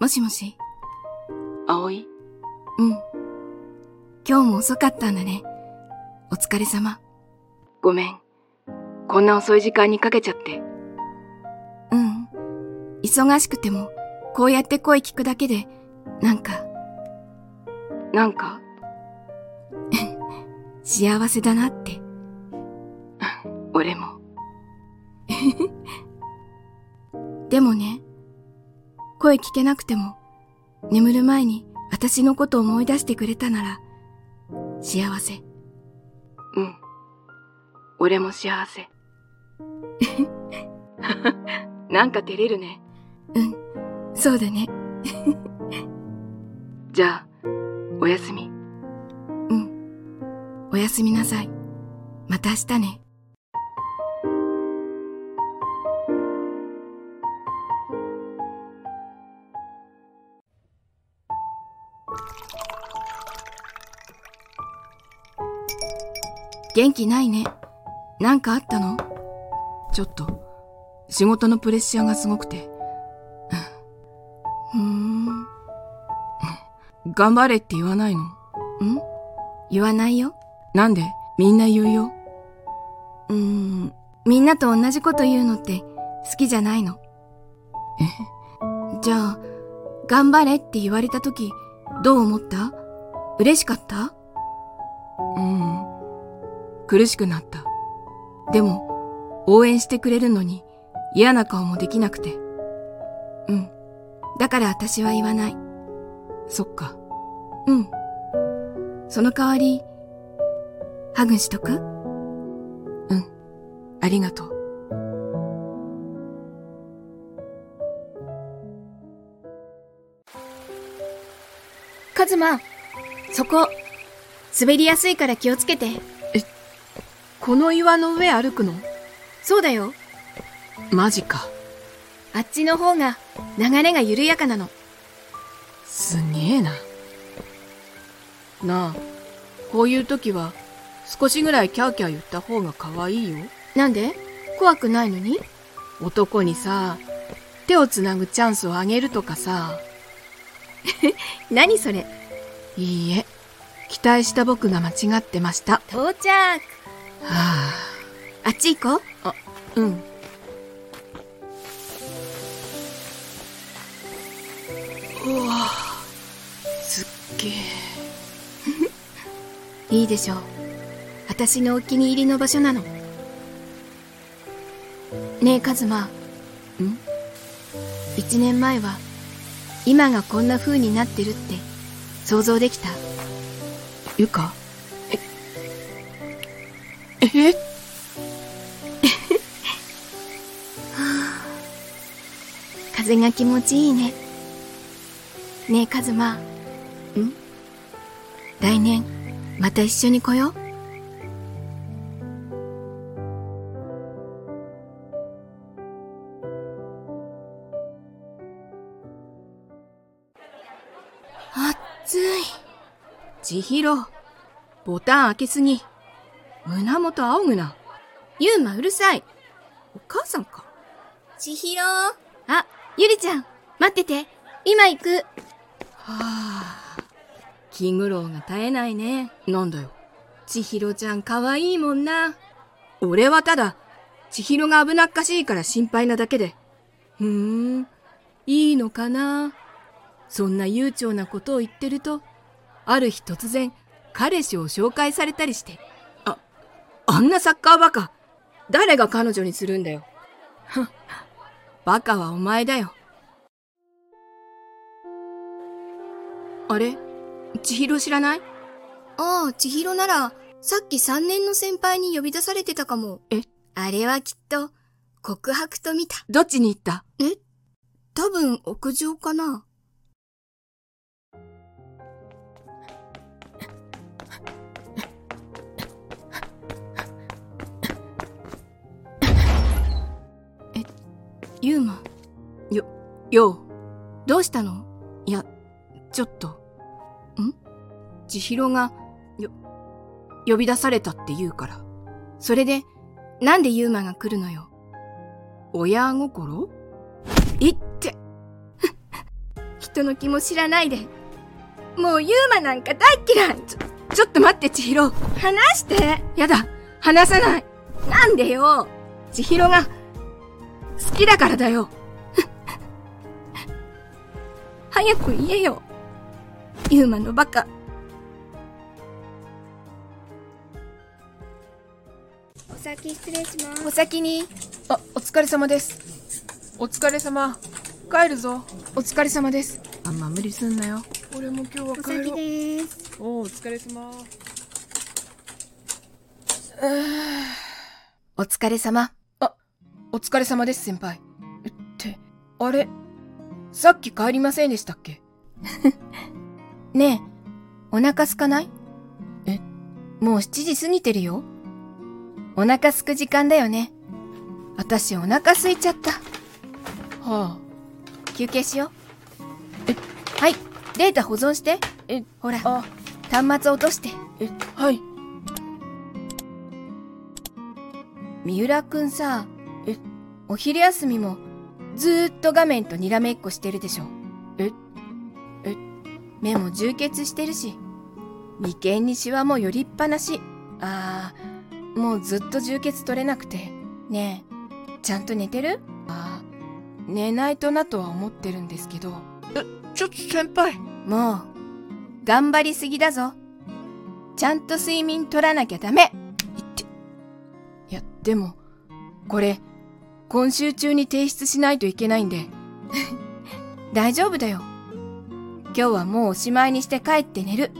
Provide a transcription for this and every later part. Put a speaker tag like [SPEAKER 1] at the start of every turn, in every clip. [SPEAKER 1] もしもし
[SPEAKER 2] 葵
[SPEAKER 1] うん。今日も遅かったんだね。お疲れ様。
[SPEAKER 2] ごめん。こんな遅い時間にかけちゃって。
[SPEAKER 1] うん。忙しくても、こうやって声聞くだけで、なんか
[SPEAKER 2] なんか、
[SPEAKER 1] 幸せだなって。
[SPEAKER 2] 俺も。
[SPEAKER 1] でもね、声聞けなくても、眠る前に私のこと思い出してくれたなら、幸せ。
[SPEAKER 2] うん。俺も幸せ。 なんか照れるね。
[SPEAKER 1] うん。そうだね。
[SPEAKER 2] じゃあ、おやすみ。
[SPEAKER 1] うん。おやすみなさい。また明日ね。元気ないね。なんかあったのちょっと、仕事のプレッシャーがすごくて。ふーん。
[SPEAKER 3] 頑張れって言わないの
[SPEAKER 1] ん言わないよ。
[SPEAKER 3] なんでみんな言うよ。
[SPEAKER 1] うーん、みんなと同じこと言うのって好きじゃないの。えじゃあ、頑張れって言われた時、どう思った嬉しかった
[SPEAKER 3] うん。苦しくなった。
[SPEAKER 1] でも、応援してくれるのに嫌な顔もできなくて。うん。だから私は言わない。
[SPEAKER 3] そっか。
[SPEAKER 1] うん。その代わり、ハグしとく
[SPEAKER 3] ありがとう。
[SPEAKER 1] カズマ、そこ、滑りやすいから気をつけて。
[SPEAKER 3] この岩の上歩くの
[SPEAKER 1] そうだよ。
[SPEAKER 3] マジか。
[SPEAKER 1] あっちの方が流れが緩やかなの。
[SPEAKER 3] すげえな。なあ、こういう時は少しぐらいキャーキャー言った方が可愛いよ。
[SPEAKER 1] なんで怖くないのに
[SPEAKER 3] 男にさ、手をつなぐチャンスをあげるとかさ。
[SPEAKER 1] 何それ
[SPEAKER 3] いいえ、期待した僕が間違ってました。は
[SPEAKER 1] 到着
[SPEAKER 3] あ、
[SPEAKER 1] あっち行こう
[SPEAKER 3] うん。うわすっげえ。
[SPEAKER 1] いいでしょう私のお気に入りの場所なのねえカズマん1年前は今がこんな風になってるって想像できた
[SPEAKER 3] ゆかえ、 え
[SPEAKER 1] 風が気持ちいいねねえカズマん来年また一緒に来よう暑い
[SPEAKER 3] 千尋、ボタン開けすぎ。胸元仰ぐな。
[SPEAKER 1] ユウマうるさい
[SPEAKER 3] お母さんか。
[SPEAKER 1] 千尋あゆりちゃん待ってて今行く
[SPEAKER 3] はあ、
[SPEAKER 1] 気苦労が絶えないね
[SPEAKER 3] なんだよ。
[SPEAKER 1] 千尋ちゃん可愛いもんな
[SPEAKER 3] 俺はただ、千尋が危なっかしいから心配なだけで。
[SPEAKER 1] ふーんいいのかなそんな悠長なことを言ってるとある日突然彼氏を紹介されたりして
[SPEAKER 3] あんなサッカーバカ、誰が彼女にするんだよ。ふんバカはお前だよ。あれ千尋知らない
[SPEAKER 1] ああ、千尋なら、さっき3年の先輩に呼び出されてたかも。
[SPEAKER 3] え
[SPEAKER 1] あれはきっと、告白と見た。
[SPEAKER 3] どっちに行った
[SPEAKER 1] 多分、屋上かな。え、ユーマ、
[SPEAKER 3] よ
[SPEAKER 1] どうしたの
[SPEAKER 3] う、ちょっと。ん千尋が、よ、呼び出されたって言うから。
[SPEAKER 1] それで、なんでユーマが来るのよ。
[SPEAKER 3] 親心
[SPEAKER 4] いって。 人の気も知らないで。もうユーマなんか大嫌いちょ、
[SPEAKER 1] ちょっと待って、千尋。
[SPEAKER 4] 話して
[SPEAKER 1] やだ、話さない。
[SPEAKER 4] なんでよ
[SPEAKER 1] 千尋が、好きだからだよ。
[SPEAKER 4] 早く言えよユーマのバカ。お先失礼します。
[SPEAKER 1] お先に。
[SPEAKER 5] あ、お疲れ様です。お疲れ様。帰るぞ。
[SPEAKER 1] お疲れ様です。あんま無理すんなよ。
[SPEAKER 5] 俺も今日は
[SPEAKER 4] お
[SPEAKER 5] 帰
[SPEAKER 4] 先
[SPEAKER 5] ろう。
[SPEAKER 4] です。
[SPEAKER 5] おお、お疲れ様。
[SPEAKER 1] お疲れ様。
[SPEAKER 5] お疲れ様です、先輩。って、あれさっき帰りませんでしたっけ
[SPEAKER 1] ねえ、お腹すかない
[SPEAKER 5] え
[SPEAKER 1] もう7時過ぎてるよ。お腹すく時間だよね。私お腹すいちゃった。
[SPEAKER 5] はあ。
[SPEAKER 1] 休憩しよう。はい、データ保存して。
[SPEAKER 5] え、
[SPEAKER 1] ほら、
[SPEAKER 5] あ、
[SPEAKER 1] 端末落として。
[SPEAKER 5] え、はい。
[SPEAKER 1] 三浦くんさ、
[SPEAKER 5] え
[SPEAKER 1] お昼休みもずーっと画面とにらめっこしてるでしょ。
[SPEAKER 5] ええ
[SPEAKER 1] 目も充血してるし、眉間にシワも寄りっぱなし。あー、もうずっと充血取れなくて。ねえ、ちゃんと寝てる
[SPEAKER 5] 寝ないとなとは思ってるんですけど。え、ちょっと先輩。
[SPEAKER 1] もう、頑張りすぎだぞ。ちゃんと睡眠取らなきゃダメ
[SPEAKER 5] 言って。いや、でも、これ、今週中に提出しないといけないんで。
[SPEAKER 1] 大丈夫だよ。今日はもうおしまいにして帰って寝る。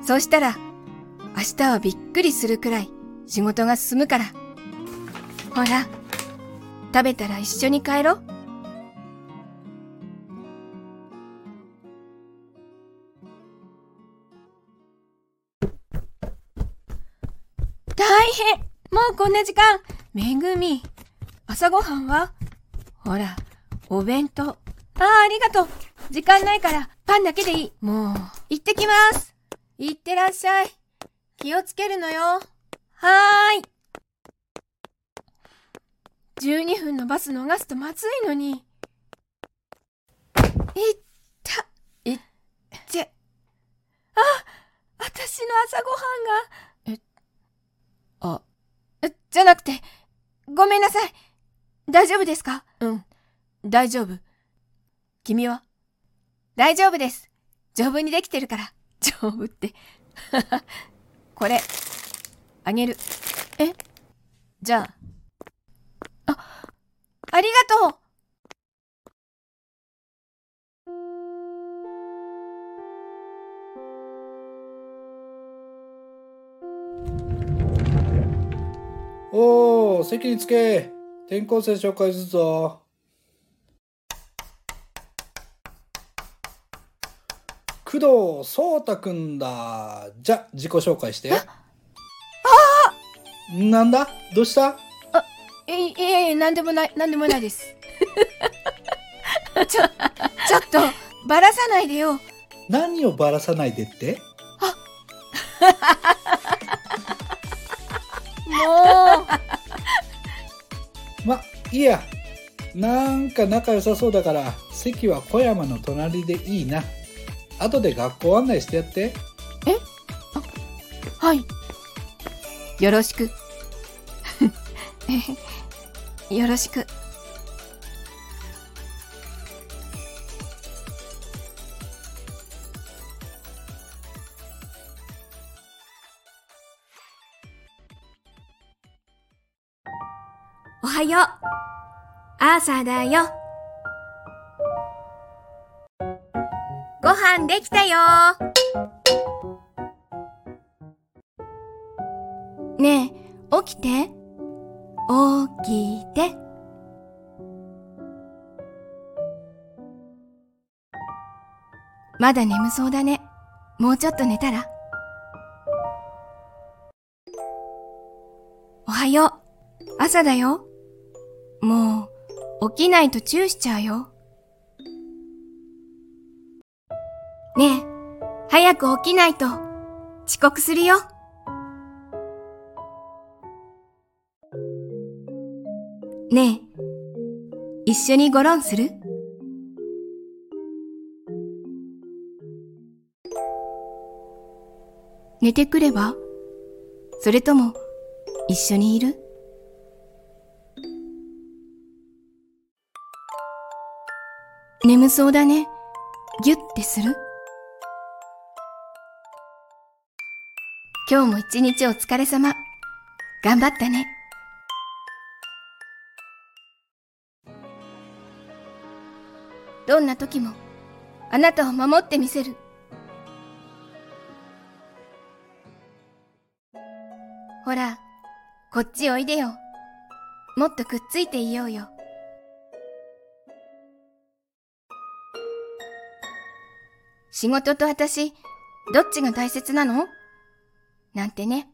[SPEAKER 1] そうしたら、明日はびっくりするくらい仕事が進むから。ほら、食べたら一緒に帰ろう。大変もうこんな時間めぐみ、朝ごはんはほら、お弁当。ああ、ありがとう。時間ないから、パンだけでいい。もう。行ってきます。行ってらっしゃい。気をつけるのよ。はーい。12分のバス逃すとまずいのに。いった。
[SPEAKER 5] いっ
[SPEAKER 1] ちゃ。あ、私の朝ごはんが。
[SPEAKER 5] あ、
[SPEAKER 1] えじゃなくて、ごめんなさい。大丈夫ですか
[SPEAKER 5] うん。大丈夫。君は
[SPEAKER 1] 大丈夫です。丈夫にできてるから。丈夫って。 これ、あげる。え
[SPEAKER 5] じゃあ、
[SPEAKER 1] ありがとう
[SPEAKER 6] おー、席につけ。転校生紹介するぞ。工藤壮太くんだ。じゃ、自己紹介して。あなんだどうした
[SPEAKER 5] いいえいえ、なんでもない、なんでもない です。
[SPEAKER 1] ちょっと、ばらさないでよ。
[SPEAKER 6] 何をばらさないでって
[SPEAKER 1] もう。
[SPEAKER 6] ま、いいや。なんか仲良さそうだから、席は小山の隣でいいな。後で学校案内してやって。
[SPEAKER 1] はい。よろ しく。よろしく。
[SPEAKER 4] おはよう。アーサーだよ。ご飯できたよ。ねえ、起きて。起きて。まだ眠そうだね。もうちょっと寝たら。おはよう。朝だよ。もう、起きないとチューしちゃうよ。ねえ、早く起きないと、遅刻するよ。ねえ、
[SPEAKER 1] 一緒にご論する寝てくればそれとも一緒にいる眠そうだね。ぎゅってする今日も一日お疲れ様。頑張ったね。どんな時も、あなたを守ってみせる。ほら、こっちおいでよ。もっとくっついていようよ。仕事と私、どっちが大切なのなんてね。